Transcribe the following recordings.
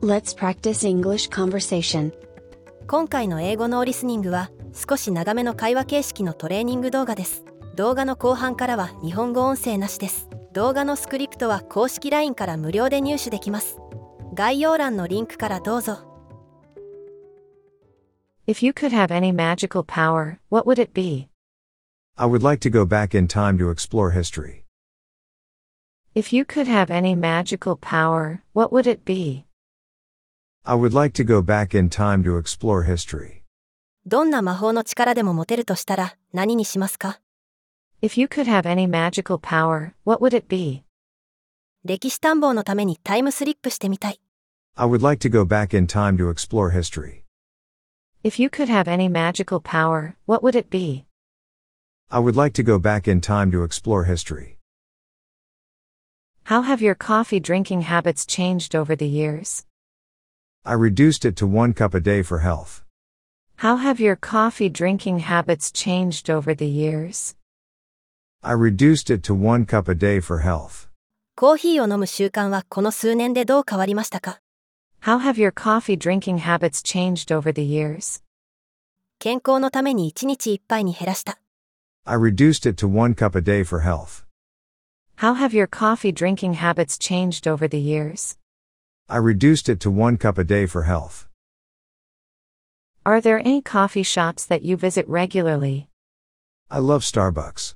Let's practice English conversation. 今回の英語のリスニングは少し長めの会話形式のトレーニング動画です動画の後半からは日本語音声なしです動画のスクリプトは公式 LINE から無料で入手できます概要欄のリンクからどうぞ If you could have any magical power, what would it be? I would like to go back in time to explore history. If you could have any magical power, what would it be? I would like to go back in time to explore history. どんな魔法の力でも持てるとしたら何にしますか If you could have any magical power, what would it be? 歴史探訪のためにタイムスリップしてみたい I would like to go back in time to explore history. If you could have any magical power, what would it be? I would like to go back in time to explore history. How have your coffee drinking habits changed over the years? I reduced it to one cup a day for health. How have your coffee drinking habits changed over the years? I reduced it to one cup a day for health. コーヒーを飲む習慣はこの数年でどう変わりましたか How have your coffee drinking habits changed over the years? 健康のために1日1杯に減らした I reduced it to one cup a day for health. How have your coffee drinking habits changed over the years? I reduced it to one cup a day for health. Are there any coffee shops that you visit regularly? I love Starbucks.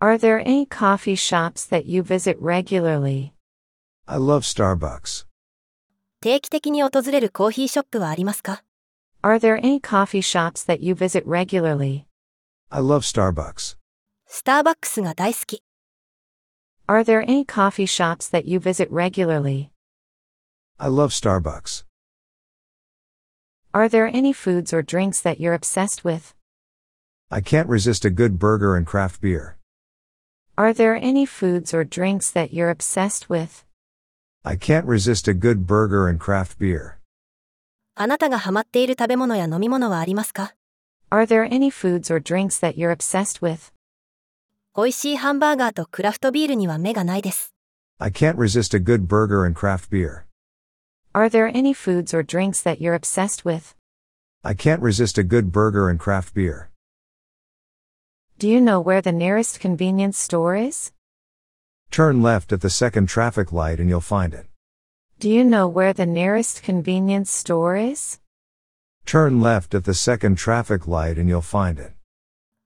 Are there any coffee shops that you visit regularly? I love Starbucks. 定期的に訪れるコーヒーショップはありますか Are there any coffee shops that you visit regularly? I love Starbucks. スターバックスが大好き Are there any coffee shops that you visit regularly? I love Starbucks. Are there any foods or drinks that you're obsessed with? I can't resist a good burger and craft beer. Are there any foods or drinks that you're obsessed with? I can't resist a good burger and craft beer. あなたがハマっている食べ物や飲み物はありますか Are there any foods or drinks that you're obsessed with? 美味しいハンバーガーとクラフトビールには目がないです。 I can't resist a good burger and craft beer. Are there any foods or drinks that you're obsessed with? I can't resist a good burger and craft beer. Do you know where the nearest convenience store is? Turn left at the second traffic light and you'll find it. Do you know where the nearest convenience store is? Turn left at the second traffic light and you'll find it.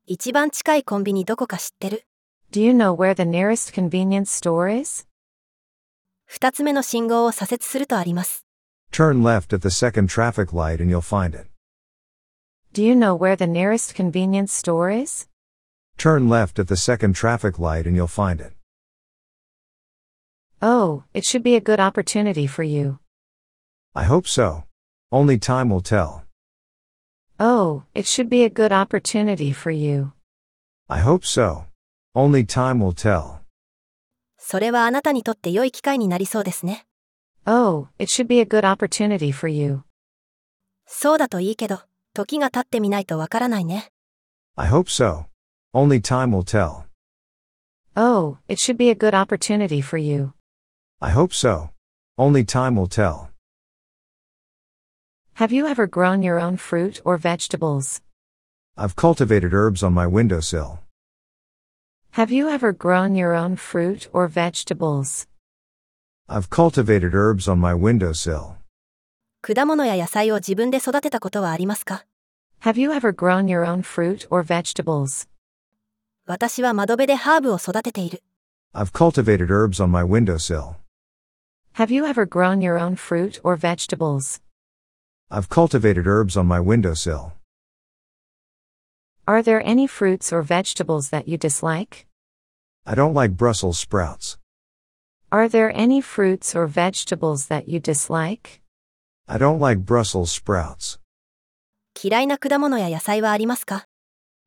一番近いコンビニどこか知ってる Do you know where the nearest convenience store is? 二つ目の信号を左折するとあります。 Turn left at the second traffic light and you'll find it. Do you know where the nearest convenience store is? Turn left at the second traffic light and you'll find it. Oh, it should be a good opportunity for you. I hope so. Only time will tell. Oh, it should be a good opportunity for you. I hope so. Only time will tell. それはあなたにとって良い機会になりそうですね。 Oh, it should be a good opportunity for you. そうだといいけど、時が経ってみないとわからないね。 I hope so. Only time will tell. Oh, it should be a good opportunity for you. I hope so. Only time will tell. Have you ever grown your own fruit or vegetables? I've cultivated herbs on my windowsill. Have you ever grown your own fruit or vegetables? I've cultivated herbs on my windowsill. 果物や野菜を自分で育てたことはありますか Have you ever grown your own fruit or vegetables? 私は窓辺でハーブを育てている。 I've cultivated herbs on my windowsill. Have you ever grown your own fruit or vegetables? I've cultivated herbs on my windowsill. Are there any fruits or vegetables that you dislike? I don't like Brussels sprouts. Are there any fruits or vegetables that you dislike? I don't like Brussels sprouts. 嫌いな果物や野菜はありますか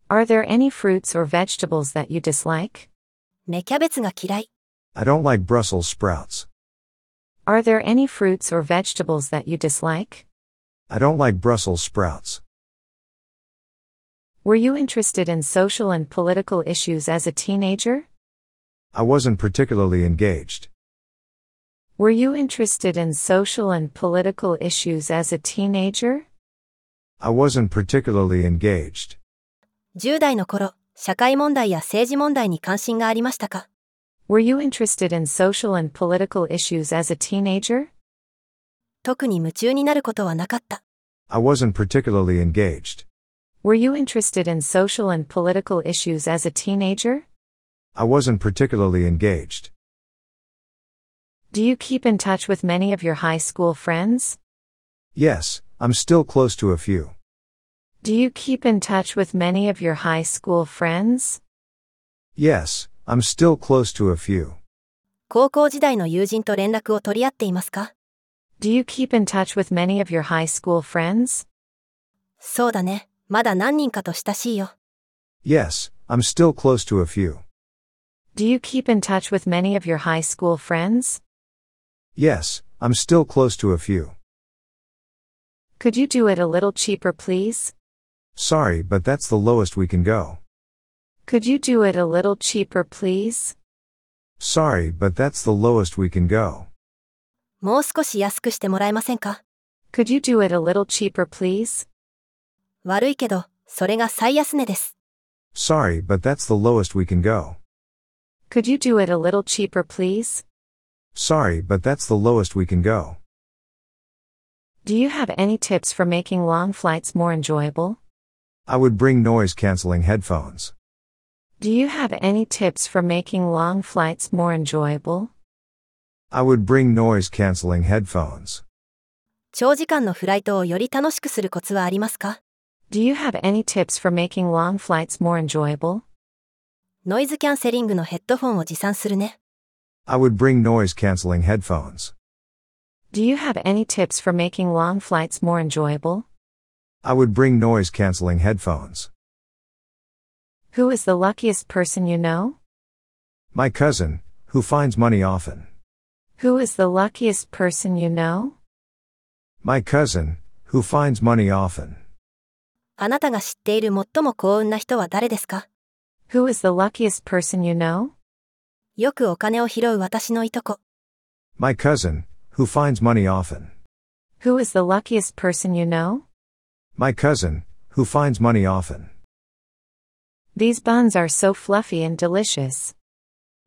Are there any fruits or vegetables that you dislike? 芽キャベツが嫌い。 I don't like Brussels sprouts. Are there any fruits or vegetables that you dislike? I don't like Brussels sprouts. Were you interested in social and political issues as a teenager? I wasn't particularly engaged. Were you interested in social and political issues as a teenager? I wasn't particularly engaged. 10代の頃、社会問題や政治問題に関心がありましたか Were you interested in social and political issues as a teenager? 特に夢中になることはなかった。 I wasn't particularly engaged. Were you interested in social and political issues as a teenager? I wasn't particularly engaged. Do you keep in touch with many of your high school friends? Yes, I'm still close to a few. Do you keep in touch with many of your high school friends? Yes, I'm still close to a few. 高校時代の友人と連絡を取り合っていますか Do you keep in touch with many of your high school friends? そうだね。まだ何人かと親しいよ。 Yes, I'm still close to a few. Do you keep in touch with many of your high school friends? Yes, I'm still close to a few. Could you do it a little cheaper, please? Sorry, but that's the lowest we can go. Could you do it a little cheaper, please? Sorry, but that's the lowest we can go. もう少し安くしてもらえませんか Could you do it a little cheaper, please? 悪いけど、それが最安値です。 Sorry, but that's the lowest we can go. Could you do it a little cheaper, please? Sorry, but that's the lowest we can go. Do you have any tips for making long flights more enjoyable? I would bring noise canceling headphones. Do you have any tips for making long flights more enjoyable? I would bring noise canceling headphones. 長時間のフライトをより楽しくするコツはありますか Do you have any tips for making long flights more enjoyable? ノイズキャンセリングのヘッドフォンを持参するね。 I would bring noise canceling headphones. Do you have any tips for making long flights more enjoyable? I would bring noise canceling headphones. Who is the luckiest person you know? My cousin, who finds money often. Who is the luckiest person you know? My cousin, who finds money often. あなたが知っている最も幸運な人は誰ですか Who is the luckiest person you know? よくお金を拾う私のいとこ。 My cousin, who finds money often. Who is the luckiest person you know? My cousin, who finds money often. These buns are so fluffy and delicious.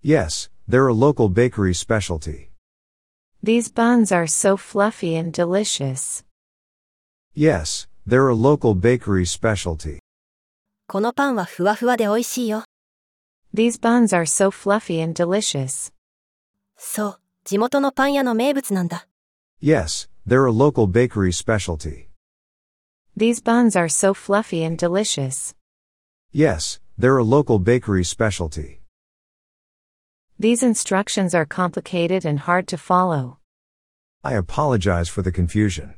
Yes, they're a local bakery specialty. These buns are so fluffy and delicious. Yes, they're a local bakery specialty. このパンはふわふわで美味しいよ。 These buns are so fluffy and delicious. そう、地元のパン屋の名物なんだ。 Yes, they're a local bakery specialty. These buns are so fluffy and delicious. Yes, they're a local bakery specialty. These instructions are complicated and hard to follow. I apologize for the confusion.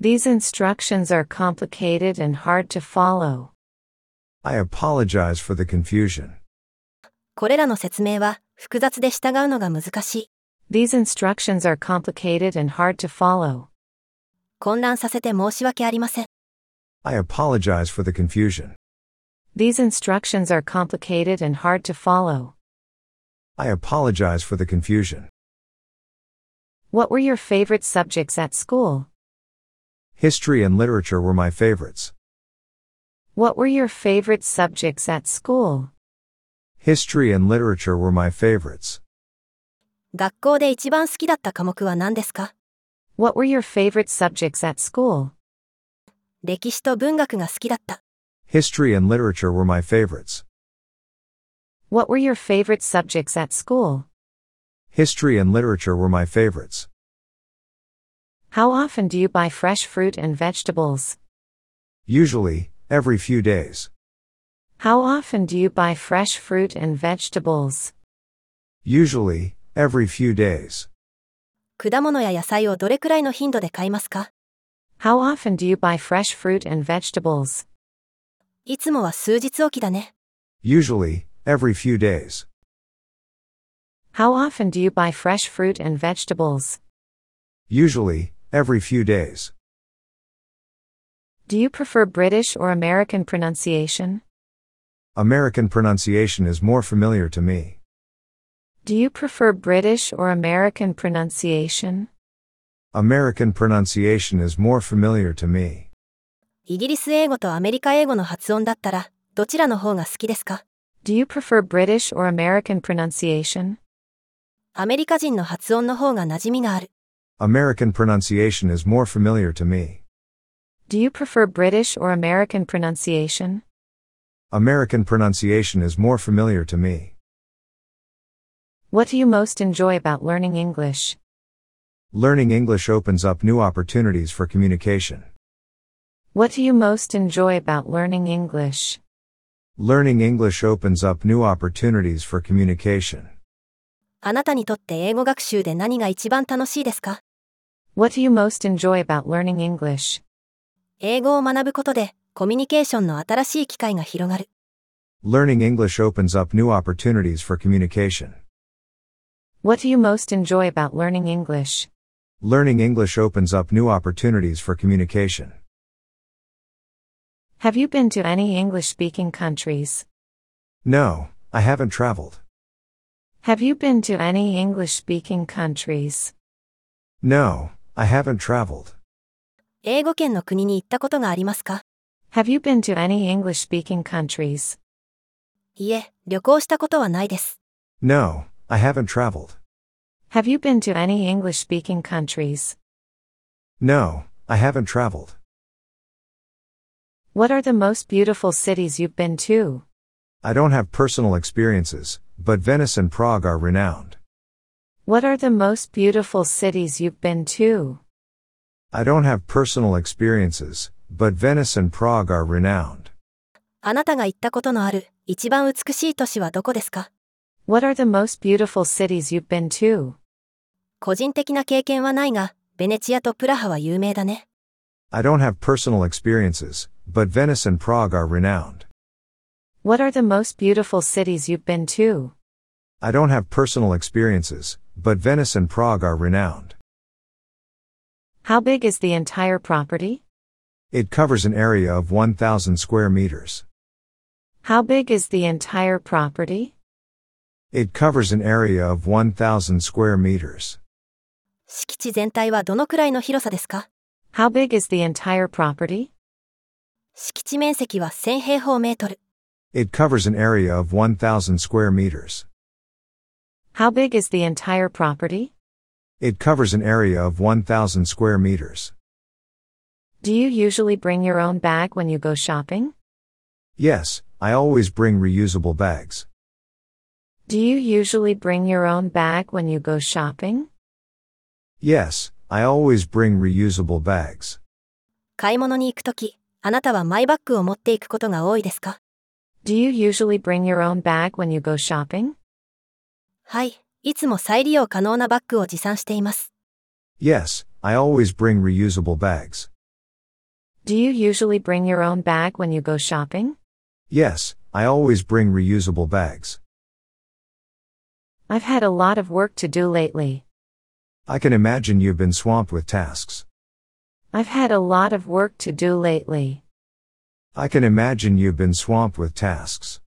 These instructions are complicated and hard to follow. I apologize for the confusion. これらの説明は複雑で従うのが難しい。 These instructions are complicated and hard to follow. 混乱させて申し訳ありません。 I apologize for the confusion. These instructions are complicated and hard to follow. I apologize for the confusion. What were your favorite subjects at school? History and literature were my favorites. What were your favorite subjects at school? History and literature were my favorites. 学校で一番好きだった科目は何ですか What were your favorite subjects at school? 歴史と文学が好きだった。 History and literature were my favorites. What were your favorite subjects at school? History and literature were my favorites. How often do you buy fresh fruit and vegetables? Usually, every few days. How often do you buy fresh fruit and vegetables? Usually, every few days. 果物や野菜をどれくらいの頻度で買いますか How often do you buy fresh fruit and vegetables? いつもは数日おきだね。 Usually, every few days. How often do you buy fresh fruit and vegetables? Usually, every few days. Do you prefer British or American pronunciation? American pronunciation is more familiar to me. Do you prefer British or American pronunciation? American pronunciation is more familiar to me. イギリス英語とアメリカ英語の発音だったら、どちらの方が好きですか Do you prefer British or American pronunciation? アメリカ人の発音の方が馴染みがある。 American pronunciation is more familiar to me. Do you prefer British or American pronunciation? American pronunciation is more familiar to me. What do you most enjoy about learning English? Learning English opens up new opportunities for communication. What do you most enjoy about learning English? Learning English opens up new opportunities for communication. あなたにとって英語学習で何が一番楽しいですか What do you most enjoy about learning English? 英語を学ぶことで、コミュニケーションの新しい機会が広がる。 Learning English opens up new opportunities for communication. What do you most enjoy about learning English? Learning English opens up new opportunities for communication. Have you been to any English speaking countries? No, I haven't traveled. Have you been to any English speaking countries? No, I haven't traveled. 英語圏の国に行ったことがありますか Have you been to any English speaking countries? いえ、旅行したことはないです。 No, I haven't traveled. Have you been to any English speaking countries? No, I haven't traveled. What are the most beautiful cities you've been to? I don't have personal experiences, but Venice and Prague are renowned. What are the most beautiful cities you've been to? I don't have personal experiences, but Venice and Prague are renowned. あなたが行ったことのある、一番美しい都市はどこですか What are the most beautiful cities you've been to? 個人的な経験はないが、ベネチアとプラハは有名だね。 I don't have personal experiences, but Venice and Prague are renowned. What are the most beautiful cities you've been to? I don't have personal experiences, but Venice and Prague are renowned. How big is the entire property? It covers an area of 1,000 square meters. How big is the entire property? It covers an area of 1,000 square meters. 敷地全体はどのくらいの広さですか How big is the entire property? 敷地面積は1000平方メートル。 It covers an area of 1,000 square meters. How big is the entire property? It covers an area of 1,000 square meters. Do you usually bring your own bag when you go shopping? Yes, I always bring reusable bags. Do you usually bring your own bag when you go shopping? Yes, I always bring reusable bags. 買い物に行くとき、あなたはマイバッグを持っていくことが多いですか Do you usually bring your own bag when you go shopping? はい。いつも再利用可能なバッグを持参しています。 Yes, I always bring reusable bags. Do you usually bring your own bag when you go shopping? Yes, I always bring reusable bags. I've had a lot of work to do lately. I can imagine you've been swamped with tasks. I've had a lot of work to do lately. I can imagine you've been swamped with tasks.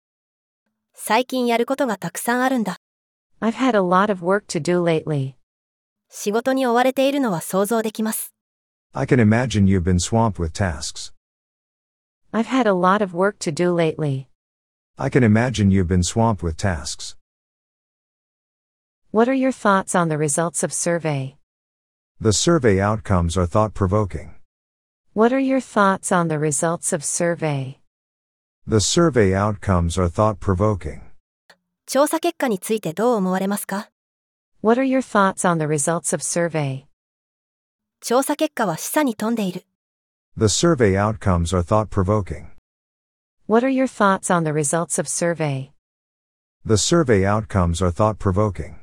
最近やることがたくさんあるんだ。 I've had a lot of work to do lately. 仕事に追われているのは想像できます。 I can imagine you've been swamped with tasks. I've had a lot of work to do lately. I can imagine you've been swamped with tasks. What are your thoughts on the results of survey? The survey outcomes are thought provoking. What are your thoughts on the results of survey? The survey outcomes are thought provoking. 調査結果についてどう思われますか What are your thoughts on the results of survey? 調査結果は示唆に富んでいる。 The survey outcomes are thought provoking. What are your thoughts on the results of survey? The survey outcomes are thought provoking.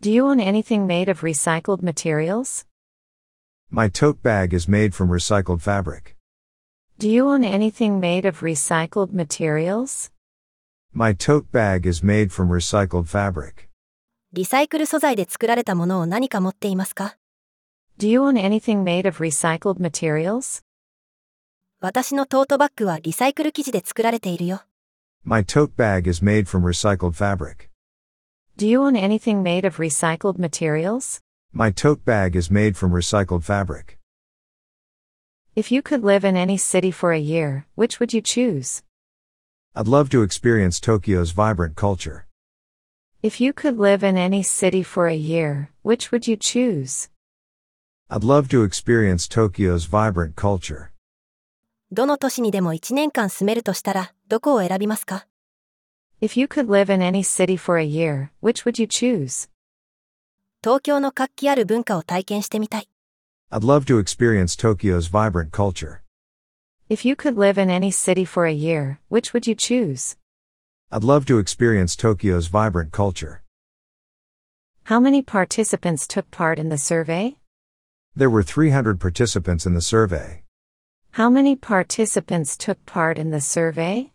Do you own anything made of recycled materials? My tote bag is made from recycled fabric. Do you own anything made of recycled materials? My tote bag is made from recycled fabric. リサイクル素材で作られたものを何か持っていますか Do you own anything made of recycled materials? 私のトートバッグはリサイクル生地で作られているよ。 My tote bag is made from recycled fabric. Do you own anything made of recycled materials? My tote bag is made from recycled fabric. If you could live in any city for a year, which would you choose? I'd love to experience Tokyo's vibrant culture. If you could live in any city for a year, which would you choose? I'd love to experience Tokyo's vibrant culture. どの都市にでも1年間住めるとしたら、どこを選びますか If you could live in any city for a year, which would you choose? 東京の活気ある文化を体験してみたい。 I'd love to experience Tokyo's vibrant culture. If you could live in any city for a year, which would you choose? I'd love to experience Tokyo's vibrant culture. How many participants took part in the survey? There were 300 participants in the survey. How many participants took part in the survey?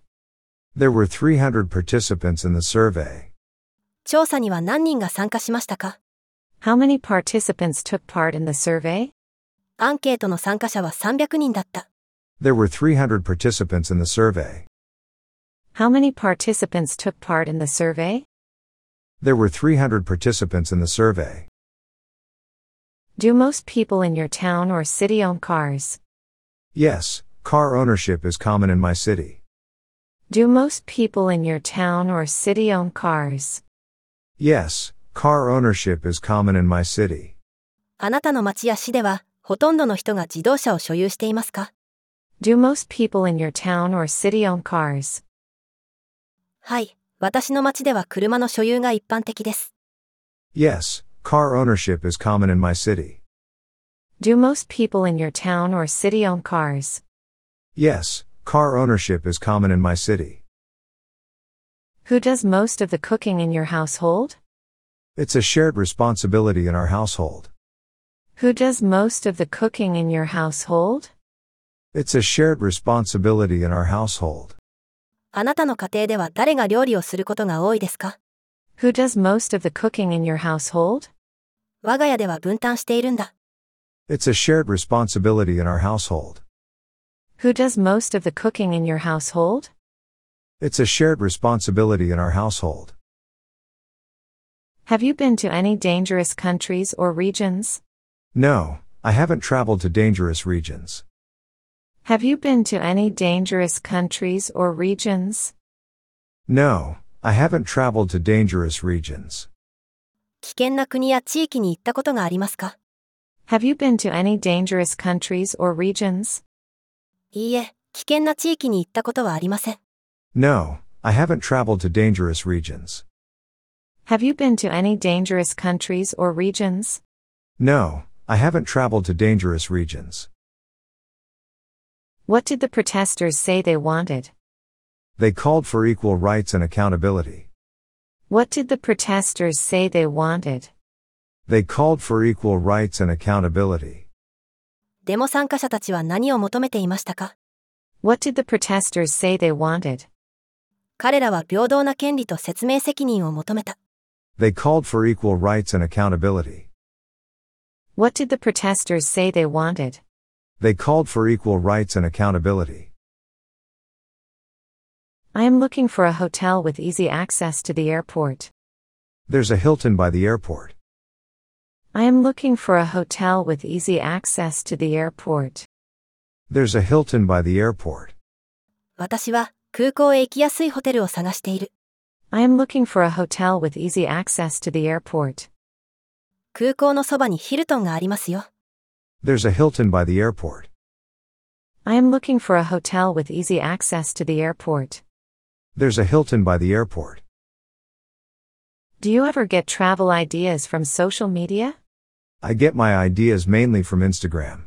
There were 300 participants in the survey. 調査には何人が参加しましたか How many participants took part in the survey? アンケートの参加者は300人だった。 There were 300 participants in the survey. How many participants took part in the survey? There were 300 participants in the survey. Do most people in your town or city own cars? Yes, car ownership is common in my city. Do most people in your town or city own cars? Yes, car ownership is common in my city. あなたの町や市では、ほとんどの人が自動車を所有していますか Do most people in your town or city own cars? はい。私の町では車の所有が一般的です。 Yes, car ownership is common in my city. Do most people in your town or city own cars? Yes, car ownership is common in my city. Who does most of the cooking in your household? It's a shared responsibility in our household. Who does most of the cooking in your household? It's a shared responsibility in our household. あなたの家庭では誰が料理をすることが多いですか Who does most of the cooking in your household? 我が家では分担しているんだ。 It's a shared responsibility in our household. Who does most of the cooking in your household? It's a shared responsibility in our household. Have you been to any dangerous countries or regions? No, I haven't traveled to dangerous regions. Have you been to any dangerous countries or regions? No, I haven't traveled to dangerous regions. 危険な国や地域に行ったことがありますか Have you been to any dangerous countries or regions? いいえ、危険な地域に行ったことはありません。 No, I haven't traveled to dangerous regions. Have you been to any dangerous countries or regions? No, I haven't traveled to dangerous regions. What did the protesters say they wanted? They called for equal rights and accountability. What did the protesters say they wanted? They called for equal rights and accountability. デモ参加者たちは何を求めていましたか What did the protesters say they wanted? 彼らは平等な権利と説明責任を求めた。 They called for equal rights and accountability. What did the protesters say they wanted? They called for equal rights and accountability. I am looking for a hotel with easy access to the airport. There's a Hilton by the airport. I am looking for a hotel with easy access to the airport. There's a Hilton by the airport. 私は空港へ行きやすいホテルを探している。 I am looking for a hotel with easy access to the airport. 空港のそばにヒルトンがありますよ。 There's a Hilton by the airport. I am looking for a hotel with easy access to the airport. There's a Hilton by the airport. Do you ever get travel ideas from social media? I get my ideas mainly from Instagram.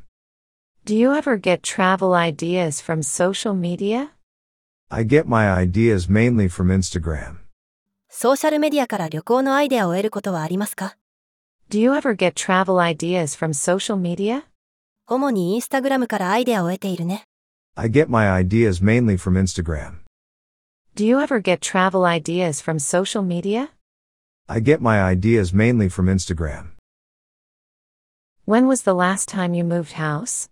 Do you ever get travel ideas from social media? I get my ideas mainly from Instagram. ソーシャルメディアから旅行のアイデアを得ることはありますか Do you ever get travel ideas from social media? 主にインスタグラムからアイデアを得ているね。 I get my ideas mainly from Instagram. Do you ever get travel ideas from social media? I get my ideas mainly from Instagram. When was the last time you moved house?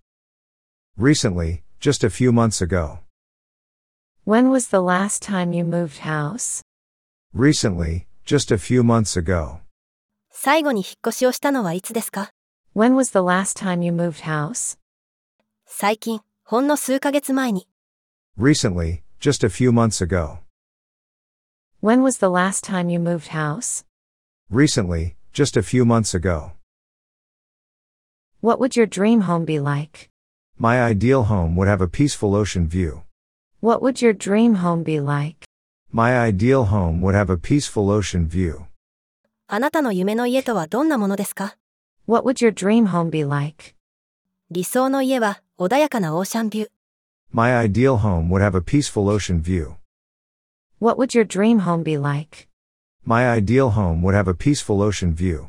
Recently, just a few months ago. When was the last time you moved house? Recently, Just a few months ago. 最後に引っ越しをしたのはいつですか When was the last time you moved house? 最近、ほんの数ヶ月前に。 Recently, just a few months ago. When was the last time you moved house? Recently, just a few months ago. What would your dream home be like? My ideal home would have a peaceful ocean view. What would your dream home be like? My ideal home would have a peaceful ocean view. あなたの夢の家とはどんなものですか What would your dream home be like? 理想の家は、穏やかなオーシャンビュー。 My ideal home would have a peaceful ocean view. What would your dream home be like? My ideal home would have a peaceful ocean view.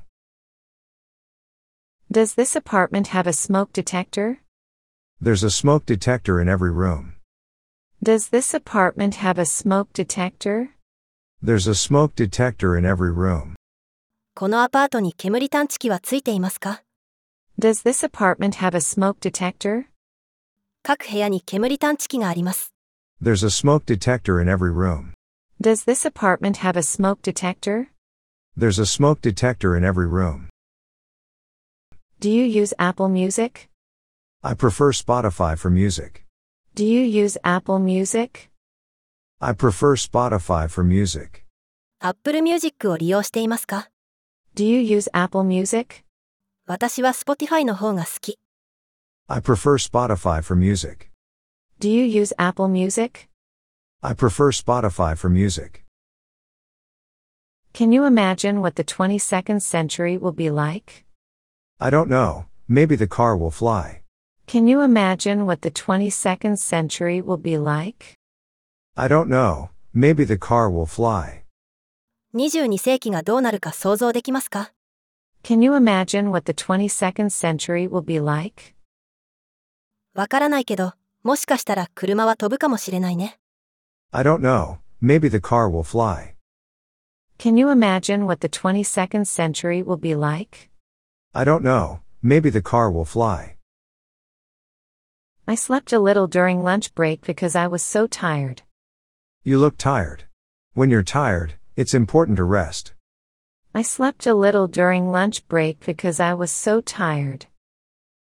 Does this apartment have a smoke detector? There's a smoke detector in every room. Does this apartment have a smoke detector? There's a smoke detector in every room. このアパートに煙探知機はついていますか Does this apartment have a smoke detector? 各部屋に煙探知機があります。 There's a smoke detector in every room. Does this apartment have a smoke detector? There's a smoke detector in every room. Do you use Apple Music? I prefer Spotify for music. Do you use Apple Music? I prefer Spotify for music. Apple Music を利用していますか Do you use Apple Music? 私は Spotify の方が好き。 I prefer Spotify for music. Do you use Apple Music? I prefer Spotify for music. Can you imagine what the 22nd century will be like? I don't know, maybe the car will fly. Can you imagine what the 22nd century will be like? I don't know, maybe the car will fly. 22世紀がどうなるか想像できますか Can you imagine what the 22nd century will be like? わからないけど、もしかしたら車は飛ぶかもしれないね。 I don't know, maybe the car will fly. Can you imagine what the 22nd century will be like? I don't know, maybe the car will fly. I slept a little during lunch break because I was so tired. You look tired. When you're tired, it's important to rest. I slept a little during lunch break because I was so tired.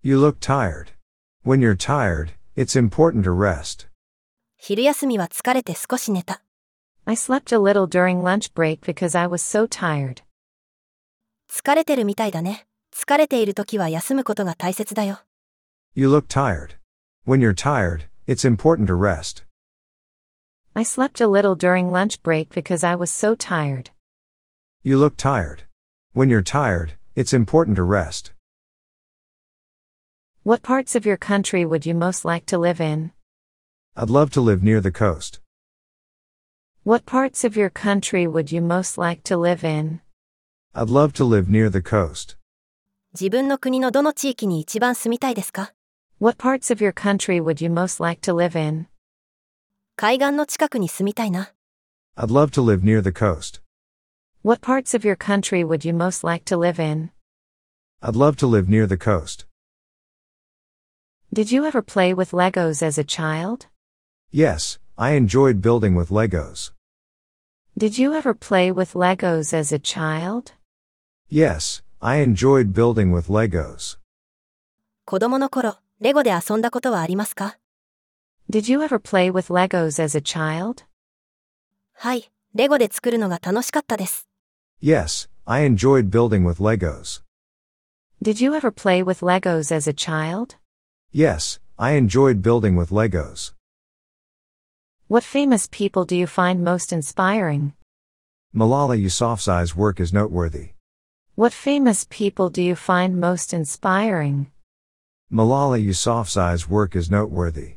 You look tired. When you're tired, it's important to rest. 昼休みは疲れて少し寝た。 I slept a little during lunch break because I was so tired. 疲れてるみたいだね。疲れている時は休むことが大切だよ。 You look tired. When you're tired, it's important to rest. I slept a little during lunch break because I was so tired. You look tired. When you're tired, it's important to rest. What parts of your country would you most like to live in? I'd love to live near the coast. What parts of your country would you most like to live in? I'd love to live near the coast. 自分の国のどの地域に一番住みたいですか What parts of your country would you most like to live in? 海岸の近くに住みたいな。 I'd love to live near the coast. What parts of your country would you most like to live in? I'd love to live near the coast. Did you ever play with Legos as a child? Yes, I enjoyed building with Legos. Did you ever play with Legos as a child? Yes, I enjoyed building with Legos. 子供の頃、レゴで遊んだことはありますか Did you ever play with Legos as a child? はい、レゴで作るのが楽しかったです。 Yes, I enjoyed building with Legos. Did you ever play with Legos as a child? Yes, I enjoyed building with Legos. What famous people do you find most inspiring? Malala Yousafzai's work is noteworthy. What famous people do you find most inspiring? Malala Yousafzai's work is noteworthy.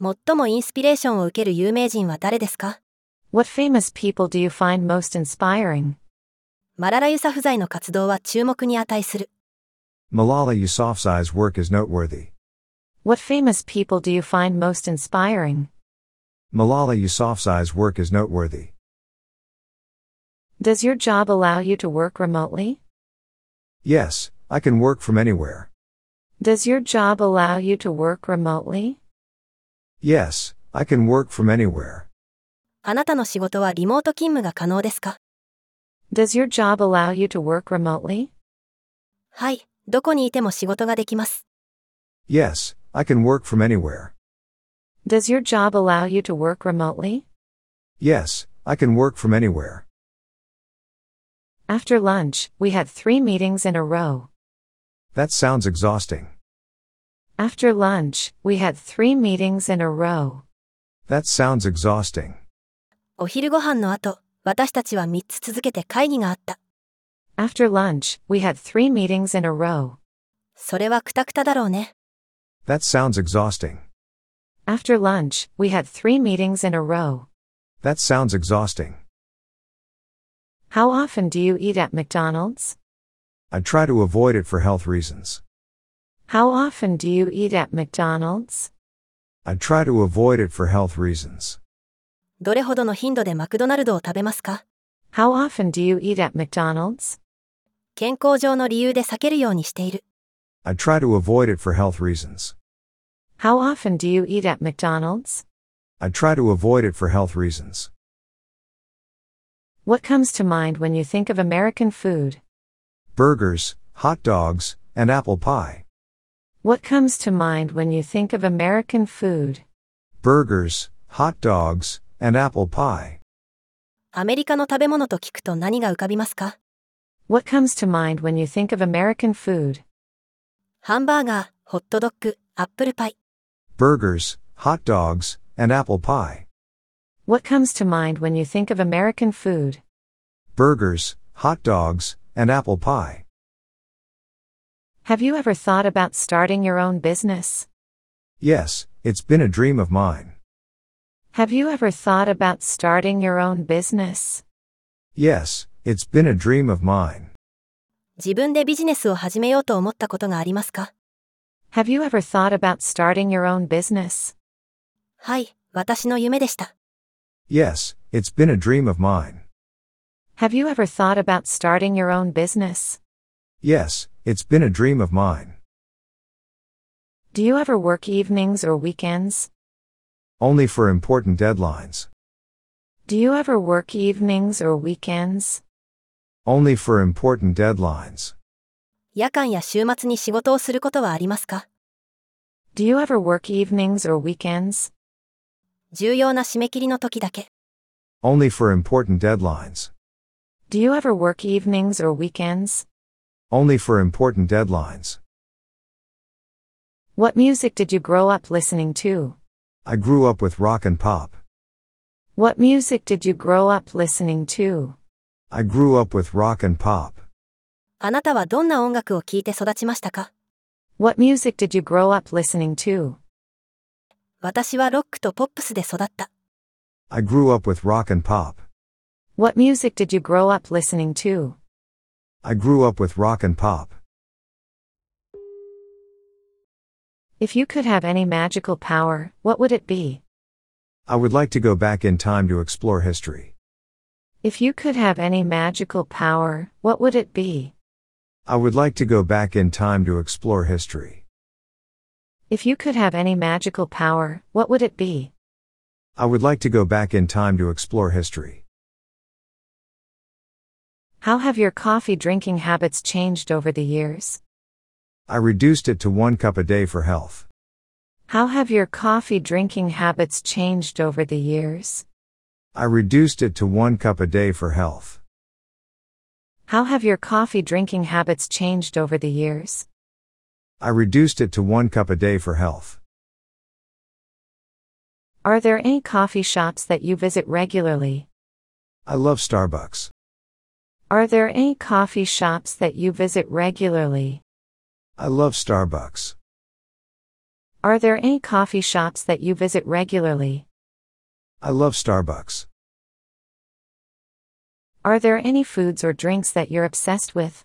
最もインスピレーションを受ける有名人は誰ですか What famous people do you find most inspiring? マララユサフザイの活動は注目に値する。 Malala Yousafzai's work is noteworthy. What famous people do you find most inspiring? Malala Yousafzai's work is noteworthy. Does your job allow you to work remotely? Yes, I can work from anywhere. Does your job allow you to work remotely? Yes, I can work from anywhere. あなたの仕事はリモート勤務が可能ですか Does your job allow you to work remotely? はい、どこにいても仕事ができます。 Yes, I can work from anywhere. Does your job allow you to work remotely? Yes, I can work from anywhere. After lunch, we had three meetings in a row. That sounds exhausting. After lunch, we had three meetings in a row. That sounds exhausting. お昼ご飯の後、私たちは3つ続けて会議があった。 After lunch, we had three meetings in a row. それはクタクタだろうね。 That sounds exhausting. After lunch, we had three meetings in a row. That sounds exhausting. How often do you eat at McDonald's? I try to avoid it for health reasons. How often do you eat at McDonald's? I try to avoid it for health reasons. どれほどの頻度でマクドナルドを食べますか How often do you eat at McDonald's? 健康上の理由で避けるようにしている。 I try to avoid it for health reasons. How often do you eat at McDonald's? I try to avoid it for health reasons. What comes to mind when you think of American food? Burgers, hot dogs, and apple pie. What comes to mind when you think of American food? Burgers, hot dogs, and apple pie. アメリカの食べ物と聞くと何が浮かびますか What comes to mind when you think of American food? ハンバーガー、ホットドッグ、アップルパイ。 Burgers, hot dogs, and apple pie. What comes to mind when you think of American food? Burgers, hot dogs, and apple pie. Have you ever thought about starting your own business? Yes, it's been a dream of mine. Have you ever thought about starting your own business? Yes, it's been a dream of mine. 自分でビジネスを始めようと思ったことがありますか Have you ever thought about starting your own business? はい、私の夢でした。 Yes, it's been a dream of mine. Have you ever thought about starting your own business? Yes, it's been a dream of mine. Do you ever work evenings or weekends? Only for important deadlines. Do you ever work evenings or weekends? Only for important deadlines. 夜間や週末に仕事をすることはありますか Do you ever work evenings or weekends? 重要な締め切りの時だけ。 Only for important deadlines. Do you ever work evenings or weekends? Only for important deadlines. What music did you grow up listening to? I grew up with rock and pop. What music did you grow up listening to? I grew up with rock and pop. あなたはどんな音楽を聴いて育ちましたか What music did you grow up listening to? 私はロックとポップスで育った。 I grew up with rock and pop. What music did you grow up listening to? I grew up with rock and pop. If you could have any magical power, what would it be? I would like to go back in time to explore history. If you could have any magical power, what would it be? I would like to go back in time to explore history. If you could have any magical power, what would it be? I would like to go back in time to explore history. How have your coffee drinking habits changed over the years? I reduced it to one cup a day for health. How have your coffee drinking habits changed over the years? I reduced it to one cup a day for health. How have your coffee drinking habits changed over the years? I reduced it to one cup a day for health. Are there any coffee shops that you visit regularly? I love Starbucks. Are there any coffee shops that you visit regularly? I love Starbucks. Are there any coffee shops that you visit regularly? I love Starbucks. Are there any foods or drinks that you're obsessed with?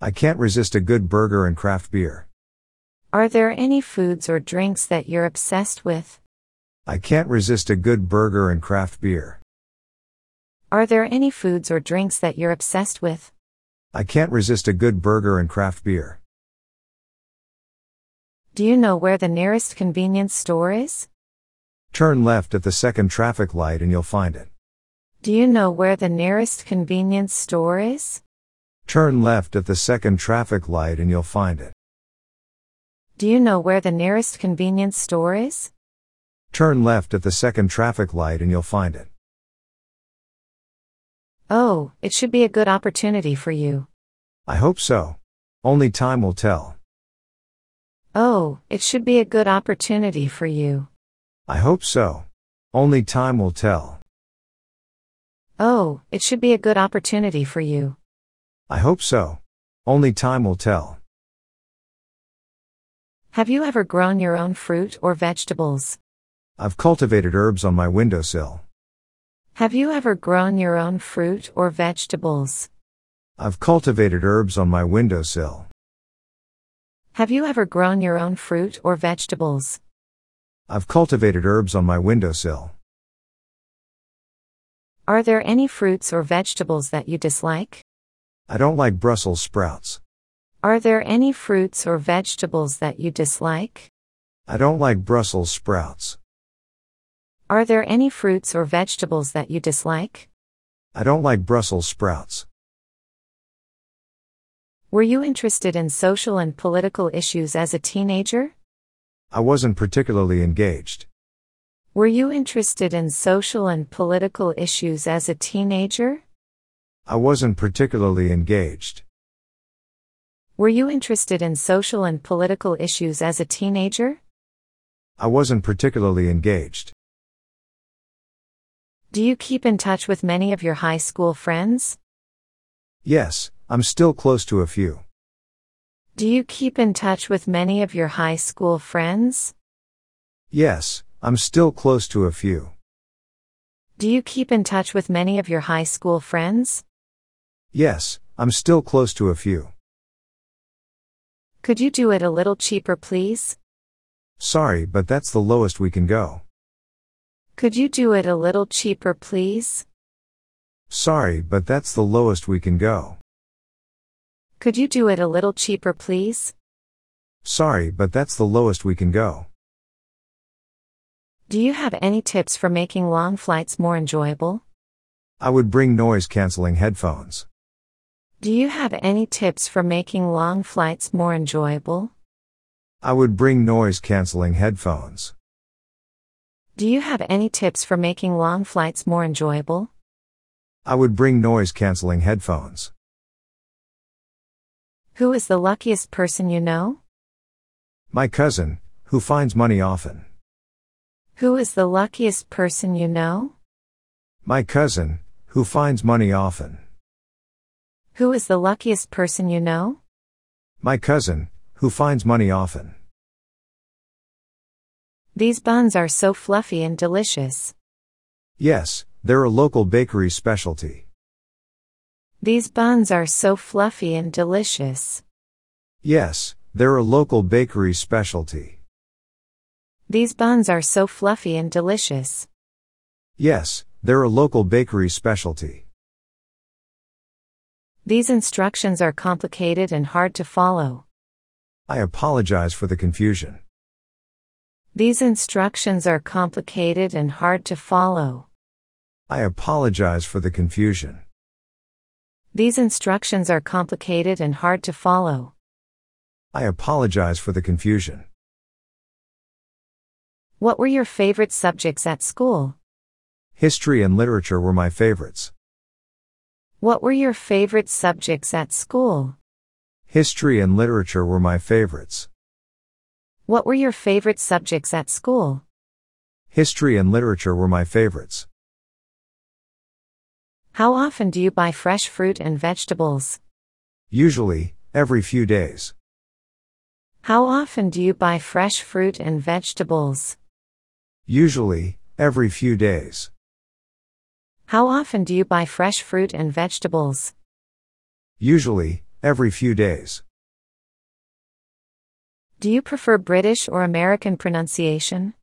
I can't resist a good burger and craft beer. Are there any foods or drinks that you're obsessed with? I can't resist a good burger and craft beer. Are there any foods or drinks that you're obsessed with? I can't resist a good burger and craft beer. Do you know where the nearest convenience store is? Turn left at the second traffic light and you'll find it. Do you know where the nearest convenience store is? Turn left at the second traffic light and you'll find it. Do you know where the nearest convenience store is? Turn left at the second traffic light and you'll find it. Oh, it should be a good opportunity for you. I hope so. Only time will tell. Oh, it should be a good opportunity for you. I hope so. Only time will tell. Oh, it should be a good opportunity for you. I hope so. Only time will tell. Have you ever grown your own fruit or vegetables? I've cultivated herbs on my windowsill. Have you ever grown your own fruit or vegetables? I've cultivated herbs on my windowsill. Have you ever grown your own fruit or vegetables? I've cultivated herbs on my windowsill. Are there any fruits or vegetables that you dislike? I don't like Brussels sprouts. Are there any fruits or vegetables that you dislike? I don't like Brussels sprouts. Are there any fruits or vegetables that you dislike? I don't like Brussels sprouts. Were you interested in social and political issues as a teenager? I wasn't particularly engaged. Were you interested in social and political issues as a teenager? I wasn't particularly engaged. Were you interested in social and political issues as a teenager? I wasn't particularly engaged. Do you keep in touch with many of your high school friends? Yes, I'm still close to a few. Do you keep in touch with many of your high school friends? Yes, I'm still close to a few. Do you keep in touch with many of your high school friends? Yes, I'm still close to a few. Could you do it a little cheaper, please? Sorry, but that's the lowest we can go. Could you do it a little cheaper, please? Sorry, but that's the lowest we can go. Could you do it a little cheaper, please? Sorry, but that's the lowest we can go. Do you have any tips for making long flights more enjoyable? I would bring noise canceling headphones. Do you have any tips for making long flights more enjoyable? I would bring noise canceling headphones. Do you have any tips for making long flights more enjoyable? I would bring noise canceling headphones. Who is the luckiest person you know? My cousin, who finds money often. Who is the luckiest person you know? My cousin, who finds money often. Who is the luckiest person you know? My cousin, who finds money often. These buns are so fluffy and delicious. Yes, they're a local bakery specialty. These buns are so fluffy and delicious. Yes, they're a local bakery specialty. These buns are so fluffy and delicious. Yes, they're a local bakery specialty. These instructions are complicated and hard to follow. I apologize for the confusion. These instructions are complicated and hard to follow. I apologize for the confusion. These instructions are complicated and hard to follow. I apologize for the confusion. What were your favorite subjects at school? History and literature were my favorites. What were your favorite subjects at school? History and literature were my favorites. What were your favorite subjects at school? History and literature were my favorites. How often do you buy fresh fruit and vegetables? Usually, every few days. How often do you buy fresh fruit and vegetables? Usually, every few days. How often do you buy fresh fruit and vegetables? Usually, every few days. Do you prefer British or American pronunciation?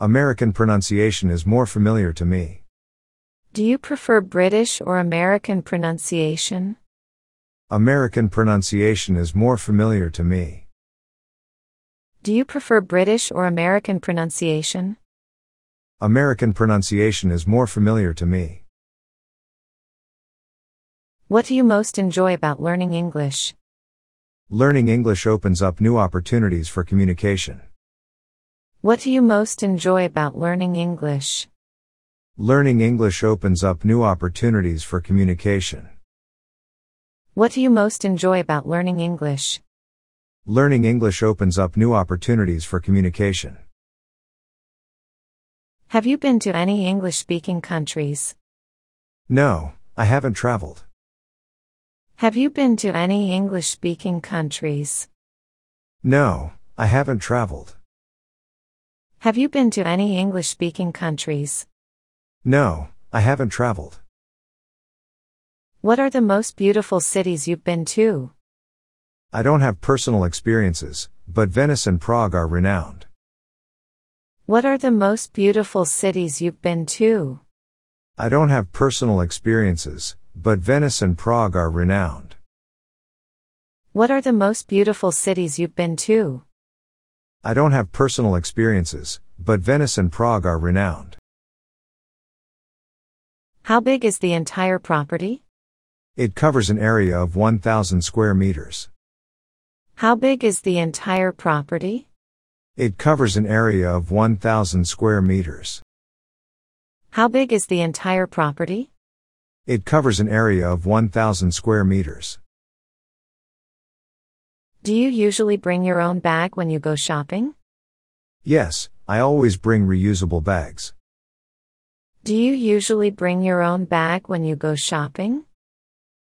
American pronunciation is more familiar to me. Do you prefer British or American pronunciation? American pronunciation is more familiar to me. Do you prefer British or American pronunciation? American pronunciation is more familiar to me. What do you most enjoy about learning English? Learning English opens up new opportunities for communication. What do you most enjoy about learning English? Learning English opens up new opportunities for communication. What do you most enjoy about learning English? Learning English opens up new opportunities for communication. Have you been to any English speaking countries? No, I haven't traveled. Have you been to any English speaking countries? No, I haven't traveled. Have you been to any English speaking countries? No, I haven't traveled. What are the most beautiful cities you've been to? I don't have personal experiences, but Venice and Prague are renowned. What are the most beautiful cities you've been to? I don't have personal experiences, but Venice and Prague are renowned. What are the most beautiful cities you've been to? I don't have personal experiences, but Venice and Prague are renowned. How big is the entire property? It covers an area of 1,000 square meters. How big is the entire property? It covers an area of 1,000 square meters. How big is the entire property? It covers an area of 1,000 square meters. Do you usually bring your own bag when you go shopping? Yes, I always bring reusable bags. Do you usually bring your own bag when you go shopping?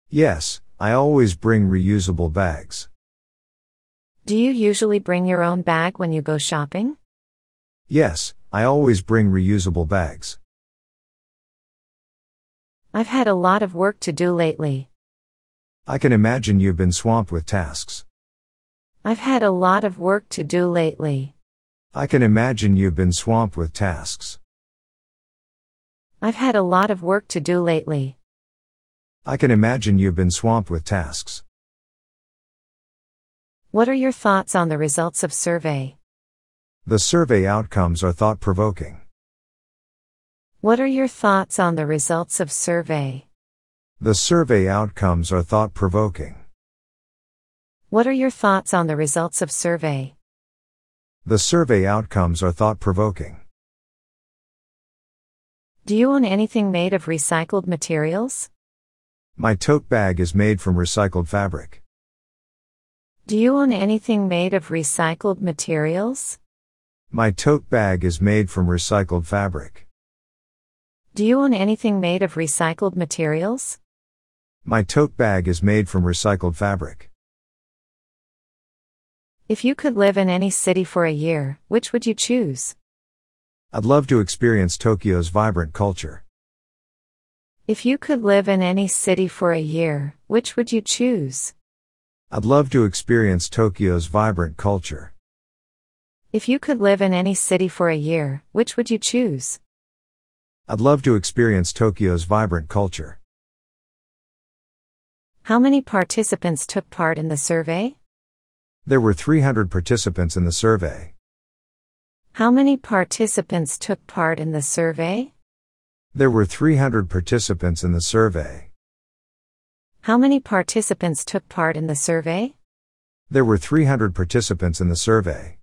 Yes, I always bring reusable bags. Do you usually bring your own bag when you go shopping? Yes, I always bring reusable bags. I've had a lot of work to do lately. I can imagine you've been swamped with tasks. I've had a lot of work to do lately. I can imagine you've been swamped with tasks. I've had a lot of work to do lately. I can imagine you've been swamped with tasks. What are your thoughts on the results of survey? The survey outcomes are thought provoking. What are your thoughts on the results of survey? The survey outcomes are thought provoking. What are your thoughts on the results of survey? The survey outcomes are thought provoking. Do you own anything made of recycled materials? My tote bag is made from recycled fabric. Do you own anything made of recycled materials? My tote bag is made from recycled fabric. Do you own anything made of recycled materials? My tote bag is made from recycled fabric. If you could live in any city for a year, which would you choose? I'd love to experience Tokyo's vibrant culture. If you could live in any city for a year, which would you choose? I'd love to experience Tokyo's vibrant culture. If you could live in any city for a year, which would you choose? I'd love to experience Tokyo's vibrant culture. How many participants took part in the survey? There were 300 participants in the survey. How many participants took part in the survey? There were 300 participants in the survey. How many participants took part in the survey? There were 300 participants in the survey.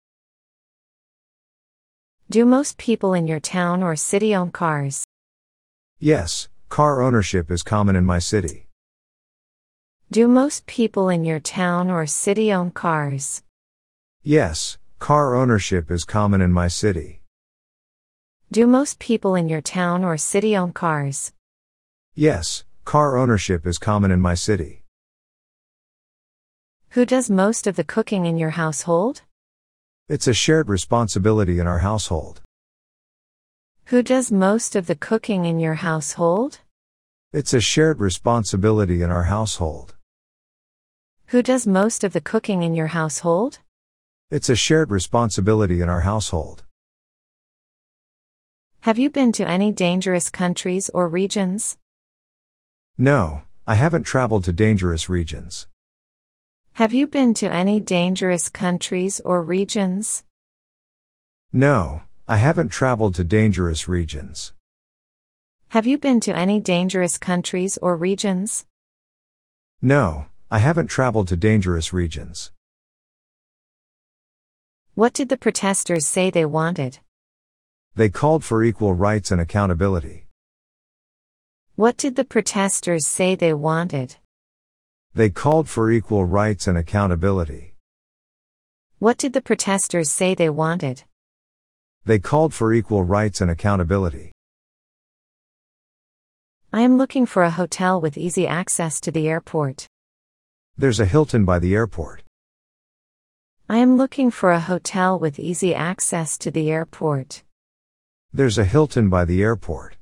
Do most people in your town or city own cars? Yes, car ownership is common in my city. Do most people in your town or city own cars? Yes, car ownership is common in my city. Do most people in your town or city own cars? Yes, car ownership is common in my city. Who does most of the cooking in your household? It's a shared responsibility in our household. Who does most of the cooking in your household? It's a shared responsibility in our household. Who does most of the cooking in your household? It's a shared responsibility in our household. Have you been to any dangerous countries or regions? No, I haven't traveled to dangerous regions. Have you been to any dangerous countries or regions? No, I haven't traveled to dangerous regions. Have you been to any dangerous countries or regions? No, I haven't traveled to dangerous regions. What did the protesters say they wanted? They called for equal rights and accountability. What did the protesters say they wanted? They called for equal rights and accountability. What did the protesters say they wanted? They called for equal rights and accountability. I am looking for a hotel with easy access to the airport. There's a Hilton by the airport. I am looking for a hotel with easy access to the airport. There's a Hilton by the airport.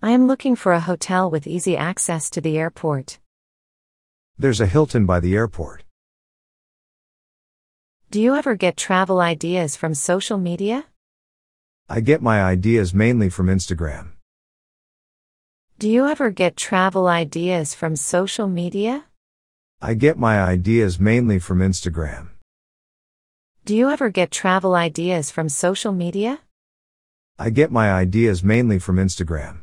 I am looking for a hotel with easy access to the airport. There's a Hilton by the airport. Do you ever get travel ideas from social media? I get my ideas mainly from Instagram. Do you ever get travel ideas from social media? I get my ideas mainly from Instagram. Do you ever get travel ideas from social media? I get my ideas mainly from Instagram.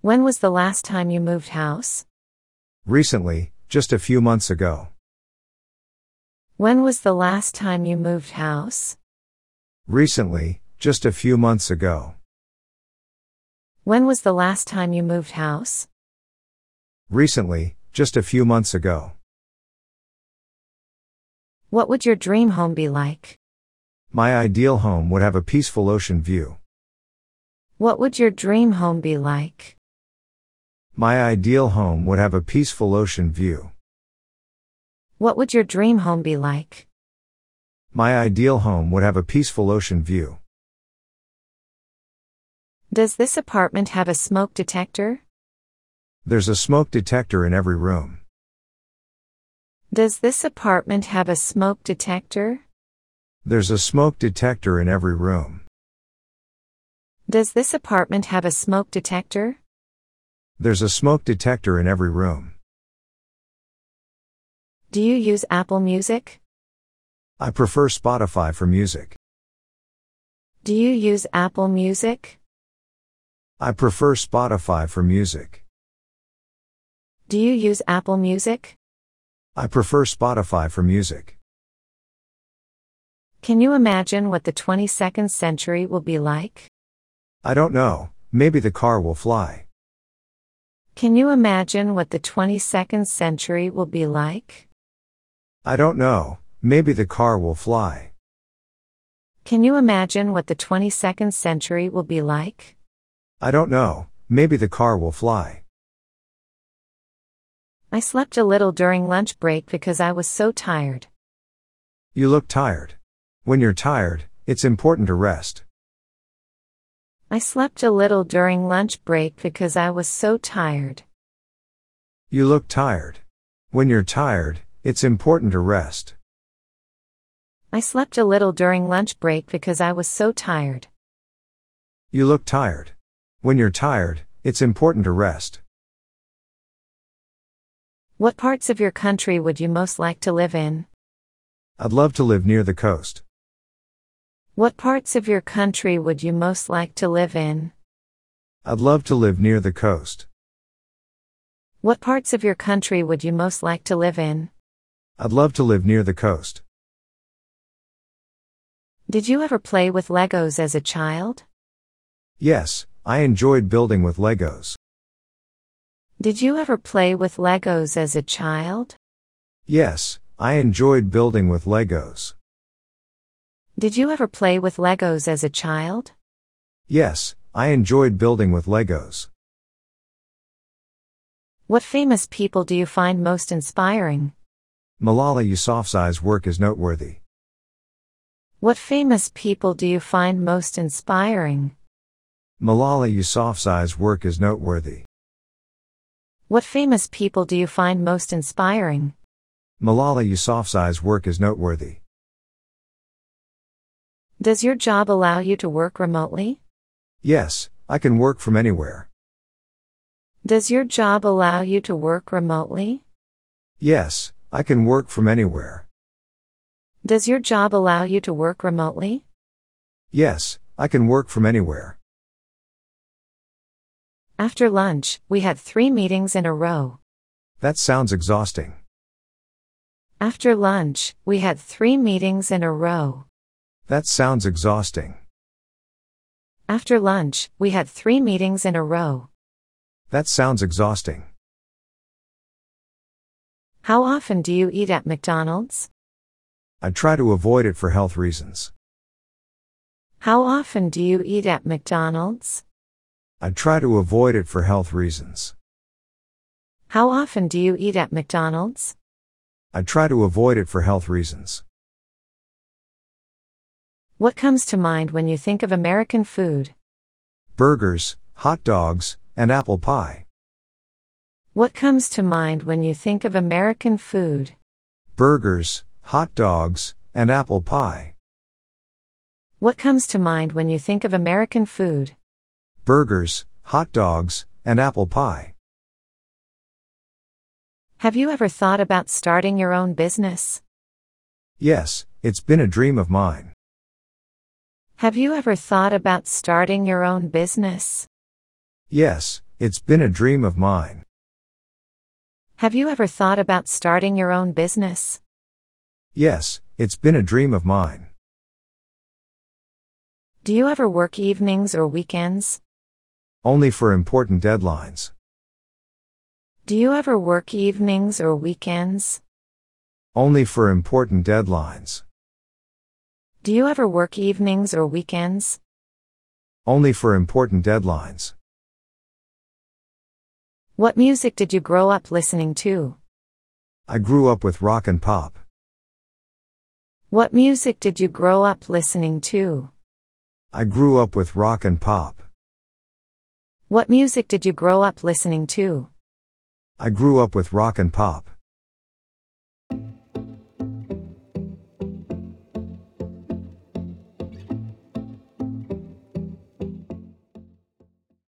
When was the last time you moved house? Recently, just a few months ago. When was the last time you moved house? Recently, just a few months ago. When was the last time you moved house? Recently, just a few months ago. What would your dream home be like? My ideal home would have a peaceful ocean view. What would your dream home be like? My ideal home would have a peaceful ocean view. What would your dream home be like? My ideal home would have a peaceful ocean view. Does this apartment have a smoke detector? There's a smoke detector in every room. Does this apartment have a smoke detector? There's a smoke detector in every room. Does this apartment have a smoke detector? There's a smoke detector in every room. Do you use Apple Music? I prefer Spotify for music. Do you use Apple Music? I prefer Spotify for music. Do you use Apple Music? I prefer Spotify for music. Can you imagine what the 22nd century will be like? I don't know, maybe the car will fly. Can you imagine what the 22nd century will be like? I don't know, maybe the car will fly. Can you imagine what the 22nd century will be like? I don't know, maybe the car will fly. I slept a little during lunch break because I was so tired. You look tired. When you're tired, it's important to rest. I slept a little during lunch break because I was so tired. You look tired. When you're tired, it's important to rest. I slept a little during lunch break because I was so tired. You look tired. When you're tired, it's important to rest. What parts of your country would you most like to live in? I'd love to live near the coast. What parts of your country would you most like to live in? I'd love to live near the coast. What parts of your country would you most like to live in? I'd love to live near the coast. Did you ever play with Legos as a child? Yes, I enjoyed building with Legos. Did you ever play with Legos as a child? Yes, I enjoyed building with Legos. Did you ever play with Legos as a child? Yes, I enjoyed building with Legos. What famous people do you find most inspiring? Malala Yousafzai's work is noteworthy. What famous people do you find most inspiring? Malala Yousafzai's work is noteworthy. What famous people do you find most inspiring? Malala Yousafzai's work is noteworthy. Does your job allow you to work remotely? Yes, I can work from anywhere. Does your job allow you to work remotely? Yes, I can work from anywhere. Does your job allow you to work remotely? Yes, I can work from anywhere. After lunch, we had three meetings in a row. That sounds exhausting. After lunch, we had three meetings in a row. That sounds exhausting. After lunch, we had three meetings in a row. That sounds exhausting. How often do you eat at McDonald's? I try to avoid it for health reasons. How often do you eat at McDonald's? I try to avoid it for health reasons. How often do you eat at McDonald's? I try to avoid it for health reasons. What comes to mind when you think of American food? Burgers, hot dogs, and apple pie. What comes to mind when you think of American food? Burgers, hot dogs, and apple pie. What comes to mind when you think of American food? Burgers, hot dogs, and apple pie. Have you ever thought about starting your own business? Yes, it's been a dream of mine. Have you ever thought about starting your own business? Yes, it's been a dream of mine. Have you ever thought about starting your own business? Yes, it's been a dream of mine. Do you ever work evenings or weekends? Only for important deadlines. Do you ever work evenings or weekends? Only for important deadlines. Do you ever work evenings or weekends? Only for important deadlines. What music did you grow up listening to? I grew up with rock and pop. What music did you grow up listening to? I grew up with rock and pop. What music did you grow up listening to? I grew up with rock and pop.